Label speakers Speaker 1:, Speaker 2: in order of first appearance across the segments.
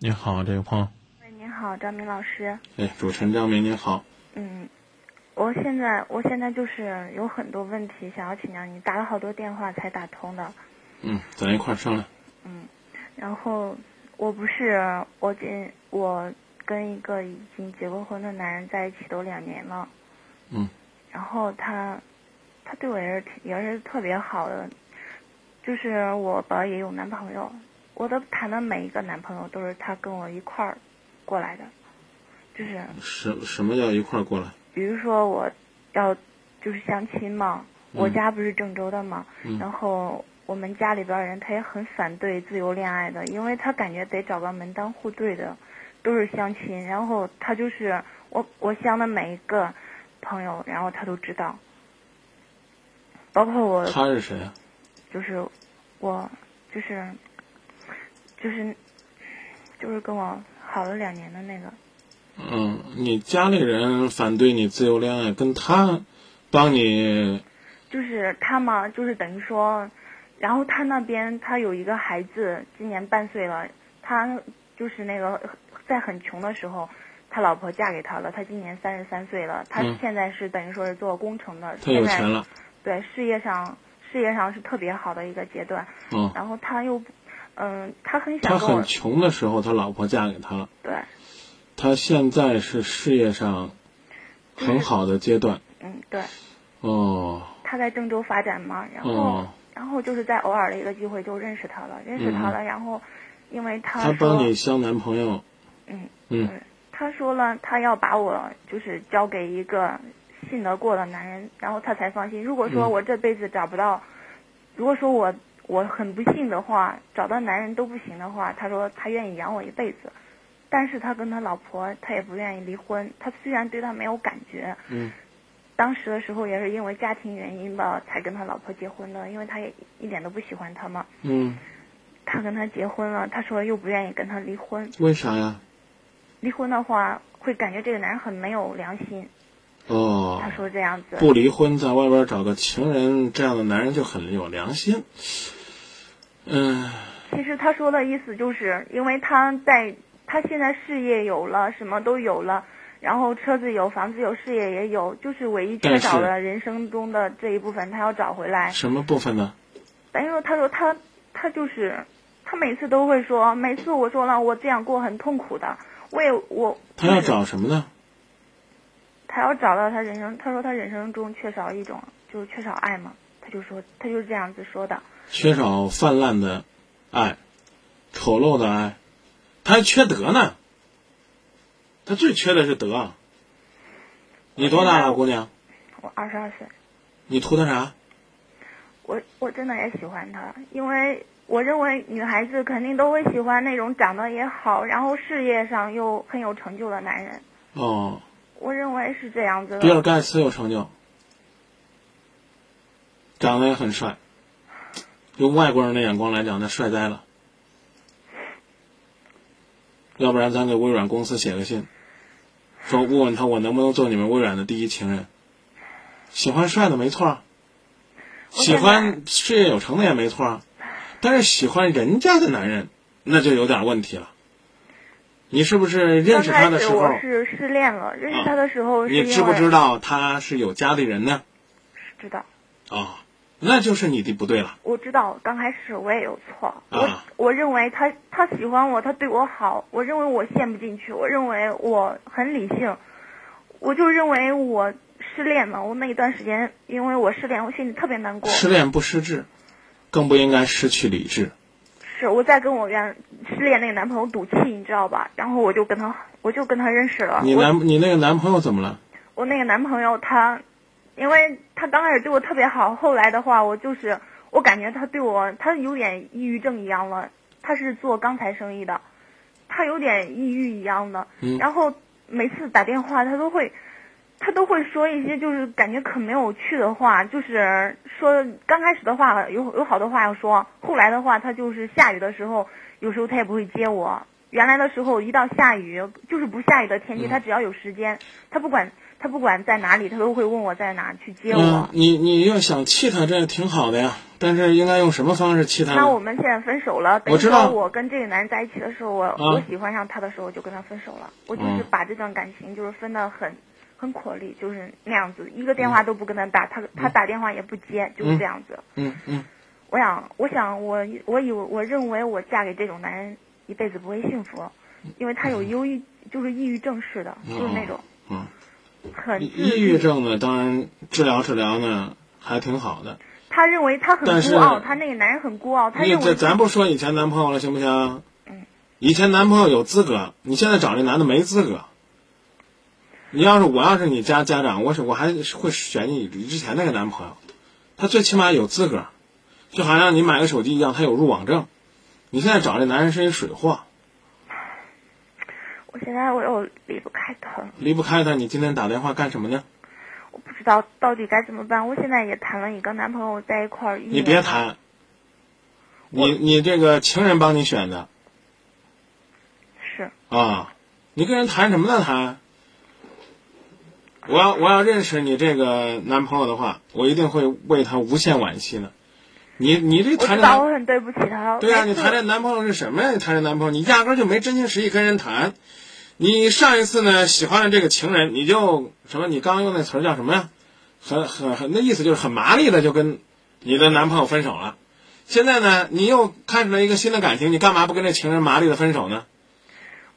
Speaker 1: 你好，这个朋友。
Speaker 2: 喂，您好，张明老师。
Speaker 1: 哎，主持人张明，您好。
Speaker 2: 嗯，我现在我现在就是有很多问题想要请教你，打了好多电话才打通的。
Speaker 1: 嗯，咱一块儿商量。
Speaker 2: 嗯，然后我不是我跟我跟一个已经结过婚的男人在一起都两年了，
Speaker 1: 嗯
Speaker 2: 然后他他对我也是挺也是特别好的，就是我吧也有男朋友，我的谈的每一个男朋友都是他跟我一块儿过来的，就是。
Speaker 1: 什什么叫一块儿过来？
Speaker 2: 比如说我要就是相亲嘛，
Speaker 1: 嗯
Speaker 2: 我家不是郑州的嘛，
Speaker 1: 嗯
Speaker 2: 然后我们家里边儿人他也很反对自由恋爱的，因为他感觉得找个门当户对的，都是相亲，然后他就是我我相的每一个朋友，然后他都知道，包括我
Speaker 1: 他是谁啊？
Speaker 2: 就是我就是就是就是跟我好了两年的那个，
Speaker 1: 嗯，你家里人反对你自由恋爱，跟他帮你
Speaker 2: 就是他嘛，就是等于说，然后他那边他有一个孩子，今年半岁了，他就是那个在很穷的时候，他老婆嫁给他了，他今年三十三岁了，他
Speaker 1: 嗯
Speaker 2: 现在是等于说是做工程的，
Speaker 1: 他有
Speaker 2: 现
Speaker 1: 钱
Speaker 2: 在
Speaker 1: 了。
Speaker 2: 对事业上事业上是特别好的一个阶段，
Speaker 1: 嗯，
Speaker 2: 然后他又，嗯，他很
Speaker 1: 他
Speaker 2: 想跟我
Speaker 1: 很穷的时候，他老婆嫁给他了。
Speaker 2: 对，
Speaker 1: 他现在是事业上很好的阶段。
Speaker 2: 嗯对，
Speaker 1: 哦
Speaker 2: 他在郑州发展嘛，然后、
Speaker 1: 哦，
Speaker 2: 然后就是在偶尔的一个机会就认识他了，认识他了，然后因为他
Speaker 1: 嗯他
Speaker 2: 说
Speaker 1: 帮你相男朋友。
Speaker 2: 嗯
Speaker 1: 嗯
Speaker 2: 嗯，他说了，他要把我就是交给一个信得过的男人，然后他才放心。如果说
Speaker 1: 嗯
Speaker 2: 我这辈子找不到，如果说我我很不幸的话，找到男人都不行的话，他说他愿意养我一辈子。但是他跟他老婆，他也不愿意离婚。他虽然对他没有感觉，
Speaker 1: 嗯
Speaker 2: 当时的时候也是因为家庭原因吧，才跟他老婆结婚的，因为他也一点都不喜欢他嘛。
Speaker 1: 嗯，
Speaker 2: 他跟他结婚了，他说又不愿意跟他离婚。
Speaker 1: 为啥呀？
Speaker 2: 离婚的话，会感觉这个男人很没有良心。
Speaker 1: 哦
Speaker 2: 他，说这样子，
Speaker 1: 不离婚，在外边找个情人，这样的男人就很有良心。嗯，
Speaker 2: 其实他说的意思就是，因为他在他现在事业有了，什么都有了，然后车子有，房子有，事业也有，就是唯一缺少
Speaker 1: 但
Speaker 2: 的人生中的这一部分，他要找回来。
Speaker 1: 什么部分呢？
Speaker 2: 但是他说他他就是，他每次都会说，每次我说了我这样过很痛苦的，我也我
Speaker 1: 他要找什么呢？
Speaker 2: 他要找到他人生，他说他人生中缺少一种就是缺少爱嘛，他就说他就是这样子说的。
Speaker 1: 缺少泛滥的爱，丑陋的爱，他还缺德呢。他最缺的是德。啊你多大了，啊姑娘？
Speaker 2: 我二十二岁。
Speaker 1: 你图他啥？
Speaker 2: 我我真的也喜欢他，因为我认为女孩子肯定都会喜欢那种长得也好，然后事业上又很有成就的男人。
Speaker 1: 哦，
Speaker 2: 我认为是这样子
Speaker 1: 比尔
Speaker 2: 的。
Speaker 1: 盖茨有成就，长得也很帅，用外国人的眼光来讲，那帅呆了。要不然咱给微软公司写个信，说问问他我能不能做你们微软的第一情人。喜欢帅的没错儿，喜欢事业有成的也没错儿，但是喜欢人家的男人，那就有点问题了。你是不是认
Speaker 2: 刚
Speaker 1: 识他
Speaker 2: 开
Speaker 1: 的时
Speaker 2: 始
Speaker 1: 候？啊
Speaker 2: 我是失恋了，认识他的时候是因
Speaker 1: 你
Speaker 2: 为
Speaker 1: 知不知道他是有家里人呢？
Speaker 2: 知道，
Speaker 1: 啊、那就是你的不对了。
Speaker 2: 我知道，刚开始我也有错。
Speaker 1: 啊
Speaker 2: 我我认为他他喜欢我，他对我好，我认为我陷不进去，我认为我很理性，我就认为我失恋了。我那一段时间，因为我失恋，我心里特别难过。
Speaker 1: 失恋不失智，更不应该失去理智。
Speaker 2: 是我在跟我原失恋那个男朋友赌气，你知道吧？然后我就跟他，我就跟他认识了。
Speaker 1: 你
Speaker 2: 啊我
Speaker 1: 男你那个男朋友怎么了？
Speaker 2: 我那个男朋友他，因为他刚开始对我特别好，后来的话我就是我感觉他对我他有点抑郁症一样了。他是做钢材生意的，他有点抑郁一样的。
Speaker 1: 嗯
Speaker 2: 然后每次打电话他都会。他都会说一些就是感觉可没有趣的话，就是说刚开始的话有有好多话要说，后来的话他就是下雨的时候，有时候他也不会接我，原来的时候，一到下雨，就是不下雨的天气，
Speaker 1: 嗯
Speaker 2: 他只要有时间，他不管他不管在哪里，他都会问我在哪去接
Speaker 1: 嗯
Speaker 2: 我，。
Speaker 1: 你你要想气他，这挺好的呀。但是应该用什么方式气他
Speaker 2: 那我
Speaker 1: 呢？
Speaker 2: 们现在分手了，
Speaker 1: 嗯
Speaker 2: 等
Speaker 1: 我
Speaker 2: 于
Speaker 1: 知道
Speaker 2: 说我跟这个男人在一起的时候，我、我喜欢上他的时候，我就跟他分手了。我就是
Speaker 1: 嗯
Speaker 2: 把这段感情就是分得很很火力，就是那样子，一个电话都不跟他打，他他打电话也不接，就是这样子。
Speaker 1: 嗯嗯
Speaker 2: 我想，我想，我我以为我认为我嫁给这种男人一辈子不会幸福，因为他有忧郁，就是抑郁症似的，
Speaker 1: 嗯
Speaker 2: 就是那种
Speaker 1: 嗯，
Speaker 2: 很
Speaker 1: 抑郁。症呢，当然治疗治疗呢还挺好的。
Speaker 2: 他认为他很
Speaker 1: 但是
Speaker 2: 孤傲，他那个男人很孤傲，他
Speaker 1: 你
Speaker 2: 认
Speaker 1: 这
Speaker 2: 为嗯
Speaker 1: 咱不说以前男朋友了，行不行？以前男朋友有资格，你现在找这男的没资格。你要是我要是你家家长，我是我还是会选你之前那个男朋友，他最起码有资格，就好像你买个手机一样，他有入网证。你现在找这男人是一水货，
Speaker 2: 我现在我又离不开他，
Speaker 1: 离不开他。你今天打电话干什么呢？
Speaker 2: 我不知道到底该怎么办。我现在也谈了一个男朋友在一块儿，
Speaker 1: 你别，谈，你你这个情人帮你选的
Speaker 2: 是
Speaker 1: 啊，你跟人谈什么呢谈？我要我要认识你这个男朋友的话，我一定会为他无限惋惜的。你你这
Speaker 2: 我
Speaker 1: 谈着
Speaker 2: 知道
Speaker 1: 男
Speaker 2: 我很对不起他。
Speaker 1: 对呀、啊你
Speaker 2: 每次
Speaker 1: 谈这男朋友是什么呀？你谈这男朋友，你压根儿就没真心实意跟人谈。你上一次呢喜欢了这个情人，你就什么？你刚刚用那词儿叫什么呀？很很很，那意思就是很麻利的就跟你的男朋友分手了。现在呢，你又开始了一个新的感情，你干嘛不跟这情人麻利的分手呢？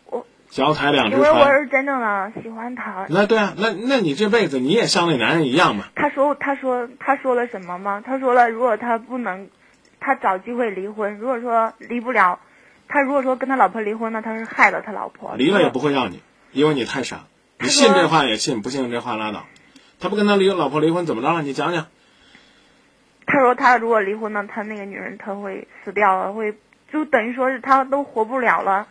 Speaker 2: 我
Speaker 1: 脚踩两只
Speaker 2: 因为我
Speaker 1: 船。
Speaker 2: 是真正的喜欢他，
Speaker 1: 那对啊，那那你这辈子你也像那男人一样嘛？
Speaker 2: 他说他说他说了什么吗？他说了，如果他不能，他找机会离婚。如果说离不了，他如果说跟他老婆离婚，那他是害了他老婆。
Speaker 1: 离了也不会要你，因为你太傻。你信这话也信，不信这话拉倒。他不跟他离老婆离婚怎么着了？你讲讲。
Speaker 2: 他说他如果离婚呢，他那个女人他会死掉了，会就等于说是他都活不了了，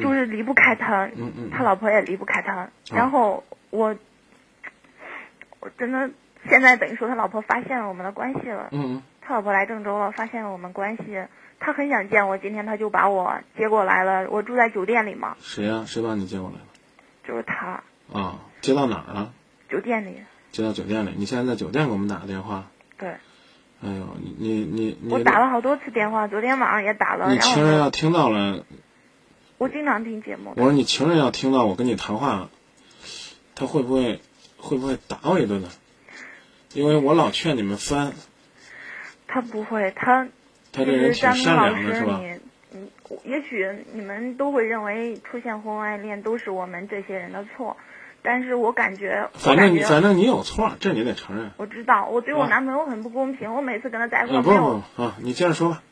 Speaker 2: 就是离不开他，
Speaker 1: 嗯嗯
Speaker 2: 他老婆也离不开他。然后我，我真的现在等于说他老婆发现了我们的关系了。
Speaker 1: 嗯
Speaker 2: 他老婆来郑州了，发现了我们关系，他很想见我，今天他就把我接过来了。我住在酒店里嘛，
Speaker 1: 谁呀、谁把你接过来了？
Speaker 2: 就是他
Speaker 1: 啊，接到哪儿了？
Speaker 2: 酒店里。
Speaker 1: 接到酒店里。你现在在酒店给我们打的电话。
Speaker 2: 对，
Speaker 1: 哎呦，你你你你，
Speaker 2: 我打了好多次电话，昨天晚上也打了，
Speaker 1: 你
Speaker 2: 然后
Speaker 1: 情人要听到了，
Speaker 2: 我经常听节目
Speaker 1: 我，说你情人要听到我跟你谈话，他会不会会不会打我一顿呢？因为我老劝你们翻，
Speaker 2: 他不会，他
Speaker 1: 他
Speaker 2: 就
Speaker 1: 这人
Speaker 2: 是
Speaker 1: 挺
Speaker 2: 张明
Speaker 1: 善
Speaker 2: 老
Speaker 1: 良的，
Speaker 2: 师
Speaker 1: 是吧？
Speaker 2: 你。嗯，也许你们都会认为出现婚外恋都是我们这些人的错，但是我感觉，我
Speaker 1: 反
Speaker 2: 感
Speaker 1: 正你
Speaker 2: 觉
Speaker 1: 反正你有错，这你得承认。
Speaker 2: 我知道，我对我
Speaker 1: 啊
Speaker 2: 男朋友很不公平。我每次跟他在一块
Speaker 1: 啊
Speaker 2: 儿
Speaker 1: 不
Speaker 2: 没有
Speaker 1: 不不啊，你接着说吧。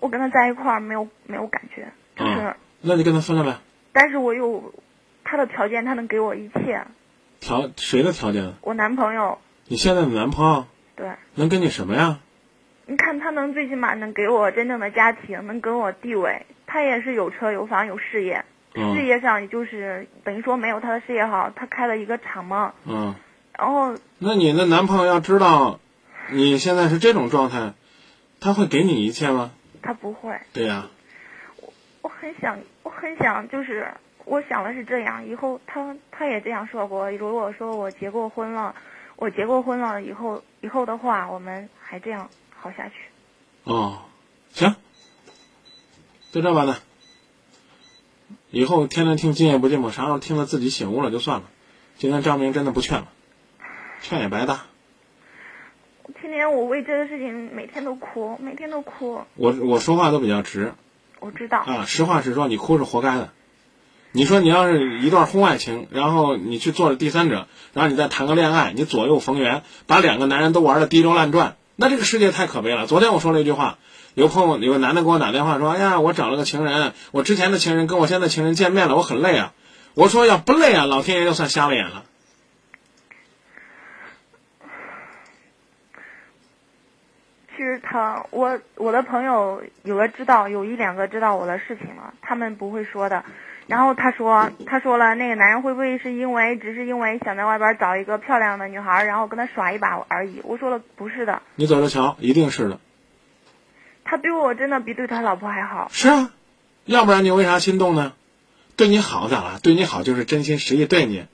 Speaker 2: 我跟他在一块儿没有没有感觉，就是，
Speaker 1: 啊，那就跟他分了呗。
Speaker 2: 但是我有他的条件，他能给我一切。
Speaker 1: 条谁的条件？
Speaker 2: 我男朋友，
Speaker 1: 你现在的男朋友
Speaker 2: 对，
Speaker 1: 能给你什么呀？
Speaker 2: 你看他能最起码能给我真正的家庭，能给我地位，他也是有车有房有事业，
Speaker 1: 嗯
Speaker 2: 事业上也就是等于说没有他的事业好，他开了一个厂嘛，
Speaker 1: 嗯，
Speaker 2: 然后
Speaker 1: 那你的男朋友要知道你现在是这种状态，他会给你一切吗？
Speaker 2: 他不会，
Speaker 1: 对呀、
Speaker 2: 我很想，我很想，就是我想的是这样，以后他他也这样说过。如果说我结过婚了，我结过婚了以后，以后的话，我们还这样好下去。
Speaker 1: 哦，行，就这吧呢。以后天天听今夜不寂寞，啥时候听了自己醒悟了就算了。今天张明真的不劝了，劝也白搭。
Speaker 2: 天天我为这个事情每天都哭，每天都哭。
Speaker 1: 我我说话都比较直，
Speaker 2: 我知道，
Speaker 1: 啊，实话实说，你哭是活该的。你说你要是一段婚外情，然后你去做了第三者，然后你再谈个恋爱，你左右逢源，把两个男人都玩的滴溜乱转，那这个世界太可悲了。昨天我说了一句话，有朋友有个男的给我打电话说：“哎呀，我找了个情人，我之前的情人跟我现在情人见面了，我很累啊。”我说：“要不累啊，老天爷就算瞎了眼了。”
Speaker 2: 其实他呃我我的朋友有的知道，有一两个知道我的事情了，他们不会说的。然后他说，他说了，那个男人会不会是因为只是因为想在外边找一个漂亮的女孩，然后跟他耍一把而已？我说了，不是的，
Speaker 1: 你走着瞧，一定是的。
Speaker 2: 他对我真的比对他老婆还好。
Speaker 1: 是啊，要不然你为啥心动呢？对你好咋了？对你好就是真心实意对你。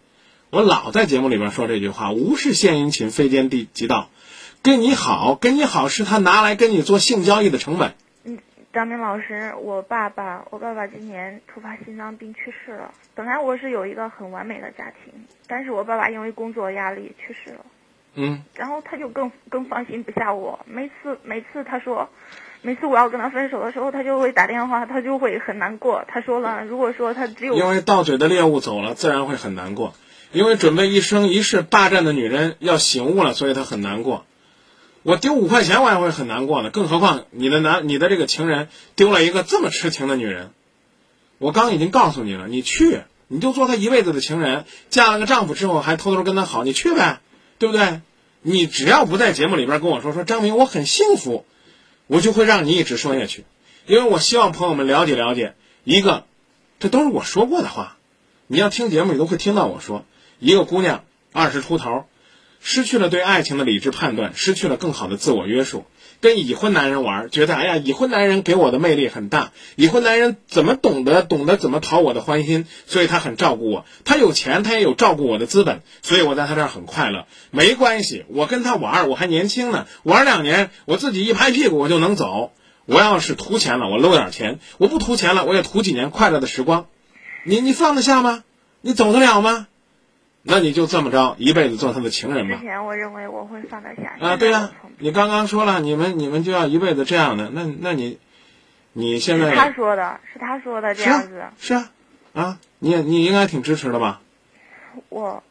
Speaker 1: 我老在节目里边说这句话：无事献殷勤，非奸即即盗。跟你好，跟你好是他拿来跟你做性交易的成本。
Speaker 2: 张明老师，我爸爸，我爸爸今年突发心脏病去世了。本来我是有一个很完美的家庭，但是我爸爸因为工作压力去世了，
Speaker 1: 嗯，
Speaker 2: 然后他就更更放心不下我。每次每次他说，每次我要跟他分手的时候，他就会打电话，他就会很难过。他说了，如果说他只有
Speaker 1: 因为到嘴的猎物走了，自然会很难过。因为准备一生一世霸占的女人要醒悟了，所以她很难过。我丢五块钱我也会很难过的，更何况你的男你的这个情人丢了一个这么痴情的女人。我刚已经告诉你了，你去，你就做她一辈子的情人，嫁了个丈夫之后还偷偷跟她好，你去呗，对不对？你只要不在节目里边跟我说说张明我很幸福，我就会让你一直说下去，因为我希望朋友们了解了解，一个，这都是我说过的话，你要听节目你都会听到我说，一个姑娘二十出头，失去了对爱情的理智判断，失去了更好的自我约束。跟已婚男人玩，觉得哎呀，已婚男人给我的魅力很大，已婚男人怎么懂得懂得怎么讨我的欢心，所以他很照顾我，他有钱，他也有照顾我的资本，所以我在他这儿很快乐。没关系，我跟他玩，我还年轻呢，玩两年，我自己一拍屁股我就能走。我要是图钱了，我搂点钱；我不图钱了，我也图几年快乐的时光。你你放得下吗？你走得了吗？那你就这么着，一辈子做他的情人吧
Speaker 2: 之。前我认为我会放得下
Speaker 1: 啊，对
Speaker 2: 呀、
Speaker 1: 呀、你刚刚说了，你们你们就要一辈子这样的，那那你，你现
Speaker 2: 是他
Speaker 1: 在
Speaker 2: 说的，是他说的这
Speaker 1: 是
Speaker 2: 样
Speaker 1: 啊
Speaker 2: 子。
Speaker 1: 是啊，啊，你也你应该挺支持的吧？
Speaker 2: 我，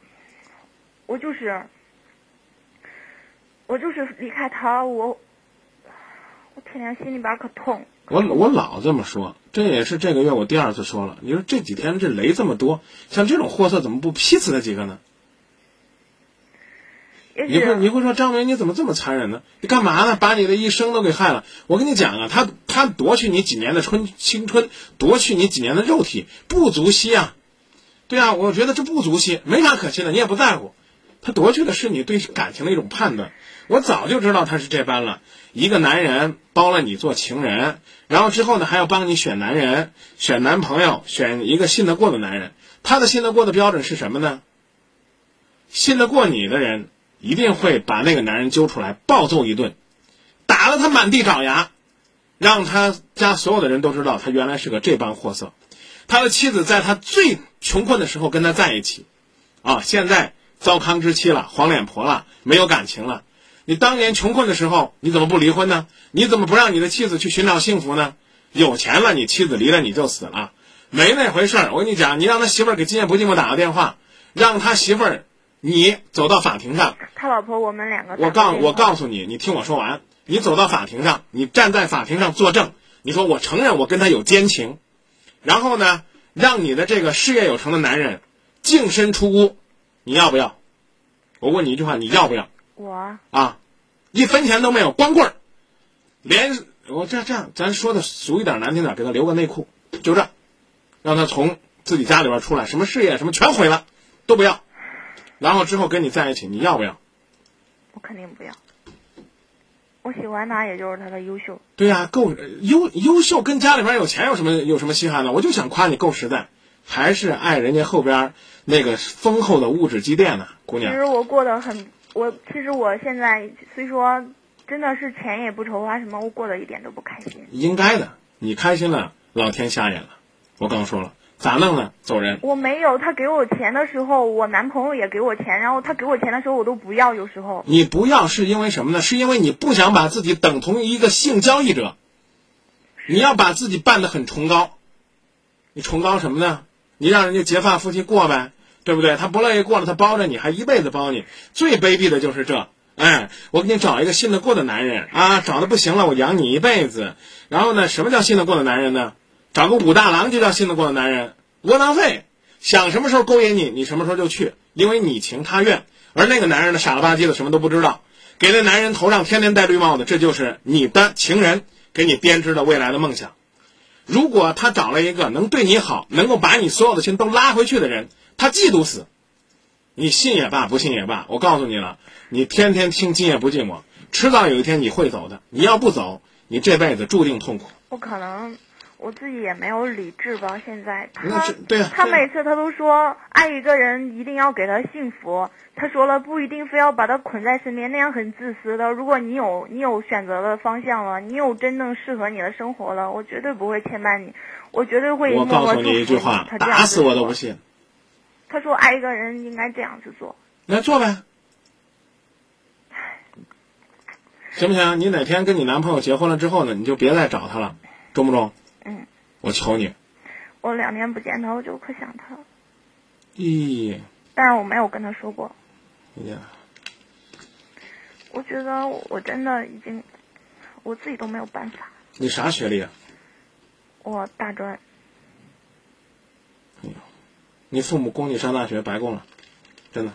Speaker 2: 我就是，我就是离开他，我，我天天心里边可痛。
Speaker 1: 我我老这么说，这也是这个月我第二次说了。你说这几天这雷这么多，像这种货色怎么不劈死他几个呢？
Speaker 2: 也
Speaker 1: 你会你
Speaker 2: 许
Speaker 1: 会说张明你怎么这么残忍呢？你干嘛呢？把你的一生都给害了？我跟你讲啊，他他夺去你几年的春青春，夺去你几年的肉体，不足惜啊。对啊，我觉得这不足惜，没啥可惜的，你也不在乎。他夺去的是你对感情的一种判断。我早就知道他是这般了。一个男人包了你做情人，然后之后呢还要帮你选男人、选男朋友、选一个信得过的男人。他的信得过的标准是什么呢？信得过你的人一定会把那个男人揪出来暴揍一顿，打得他满地找牙，让他家所有的人都知道他原来是个这般货色。他的妻子在他最穷困的时候跟他在一起，啊，现在糟糠之妻了，黄脸婆了，没有感情了。你当年穷困的时候，你怎么不离婚呢？你怎么不让你的妻子去寻找幸福呢？有钱了，你妻子离了你就死了，没那回事儿。我跟你讲，你让他媳妇儿给今夜不寂寞打个电话，让他媳妇儿你走到法庭上，
Speaker 2: 他老婆我们两个打
Speaker 1: 我
Speaker 2: 过
Speaker 1: 告
Speaker 2: 电
Speaker 1: 我
Speaker 2: 话
Speaker 1: 告诉你，你听我说完。你走到法庭上，你站在法庭上作证，你说我承认我跟他有奸情，然后呢，让你的这个事业有成的男人净身出屋，你要不要？我问你一句话，你要不要？
Speaker 2: 我
Speaker 1: 啊，一分钱都没有，光棍儿，连我这这样，咱说的俗一点、难听点，给他留个内裤，就这，让他从自己家里边出来，什么事业什么全毁了，都不要，然后之后跟你在一起，你要不要？
Speaker 2: 我肯定不要。我喜欢他，也就是他的优秀。
Speaker 1: 对呀、够呃优优秀跟家里边有钱有什么有什么稀罕的？我就想夸你够实在，还是爱人家后边那个丰厚的物质积淀呢、姑
Speaker 2: 其
Speaker 1: 娘。
Speaker 2: 实我过得很，我其实我现在虽说真的是钱也不愁花什么，我过得一点都不开心。
Speaker 1: 应该的，你开心了，老天瞎眼了。我刚说了，咋弄呢？走人。
Speaker 2: 我没有，他给我钱的时候，我男朋友也给我钱，然后他给我钱的时候我都不要，有时候
Speaker 1: 你不要是因为什么呢？是因为你不想把自己等同于一个性交易者，你要把自己办得很崇高。你崇高什么呢？你让人家结发夫妻过呗，对不对？他不乐意过了，他包着你，还一辈子包你。最卑鄙的就是这。哎，我给你找一个信得过的男人啊，找的不行了，我养你一辈子。然后呢，什么叫信得过的男人呢？找个武大郎就叫信得过的男人，窝囊废，想什么时候勾引你，你什么时候就去，因为你情他愿。而那个男人呢，傻了吧唧的，什么都不知道，给那男人头上天天戴绿帽子，这就是你的情人给你编织的未来的梦想。如果他找了一个能对你好，能够把你所有的心都拉回去的人，他嫉妒死。你信也罢，不信也罢，我告诉你了，你天天听今夜不寂寞，迟早有一天你会走的。你要不走，你这辈子注定痛苦。
Speaker 2: 我可能我自己也没有理智吧。现在
Speaker 1: 那
Speaker 2: 他
Speaker 1: 是对啊，
Speaker 2: 他
Speaker 1: 对啊
Speaker 2: 每次他都说爱一个人一定要给他幸福，他说了不一定非要把他捆在身边，那样很自私的。如果你有你有选择的方向了，你有真正适合你的生活了，我绝对不会牵绊你，我绝对会
Speaker 1: 我
Speaker 2: 默
Speaker 1: 告
Speaker 2: 默
Speaker 1: 诉
Speaker 2: 祝福
Speaker 1: 你一句话
Speaker 2: 他，这样
Speaker 1: 打死
Speaker 2: 子
Speaker 1: 我都
Speaker 2: 做
Speaker 1: 不信。
Speaker 2: 他说爱一个人应该这样去做。
Speaker 1: 来做呗，行不行？你哪天跟你男朋友结婚了之后呢，你就别再找他了，中不中？
Speaker 2: 嗯，
Speaker 1: 我求你。
Speaker 2: 我两年不见他，我就可想他了，
Speaker 1: 咦，
Speaker 2: 但是我没有跟他说过。
Speaker 1: 哎呀，
Speaker 2: 我觉得我真的已经，我自己都没有办法。
Speaker 1: 你啥学历啊？
Speaker 2: 我大专，
Speaker 1: 你父母供你上大学白供了，真的。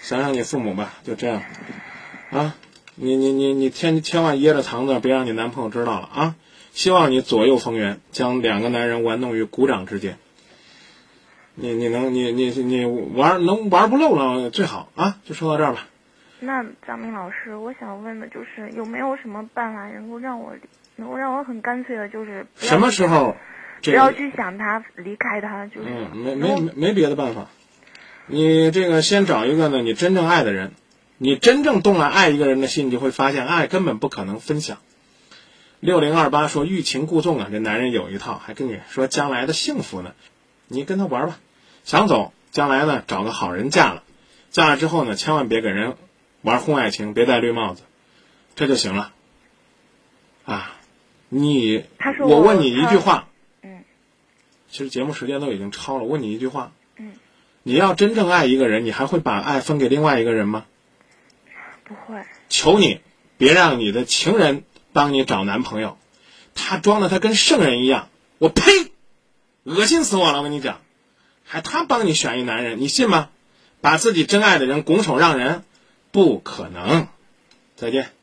Speaker 1: 想想你父母吧，就这样，啊，你你你你千千万掖着藏着，别让你男朋友知道了啊！希望你左右逢源，将两个男人玩弄于股掌之间。你你能你你你玩能玩不漏了最好啊！就说到这儿吧。
Speaker 2: 那张明老师，我想问的就是有没有什么办法能够让我离，能够让我很干脆的，就是不要
Speaker 1: 什么时候？
Speaker 2: 不
Speaker 1: 这
Speaker 2: 要
Speaker 1: 个
Speaker 2: 去想他，离开他，就是
Speaker 1: 嗯，没
Speaker 2: 能
Speaker 1: 没
Speaker 2: 够
Speaker 1: 没没别的办法。你这个先找一个呢，你真正爱的人，你真正动了爱一个人的心，你就会发现爱根本不可能分享。六零二八说欲擒故纵啊，这男人有一套，还跟你说将来的幸福呢，你跟他玩吧，想走，将来呢找个好人嫁了，嫁了之后呢，千万别给人玩婚外情，别戴绿帽子，这就行了。啊，你
Speaker 2: 他说
Speaker 1: 我
Speaker 2: 我
Speaker 1: 问你一
Speaker 2: 他
Speaker 1: 句话，
Speaker 2: 嗯，
Speaker 1: 其实节目时间都已经超了，问你一句话，
Speaker 2: 嗯，
Speaker 1: 你要真正爱一个人，你还会把爱分给另外一个人吗？
Speaker 2: 不会。
Speaker 1: 求你别让你的情人帮你找男朋友，他装的他跟圣人一样，我呸，恶心死我了！我跟你讲，还他帮你选一男人，你信吗？把自己真爱的人拱手让人，不可能。再见。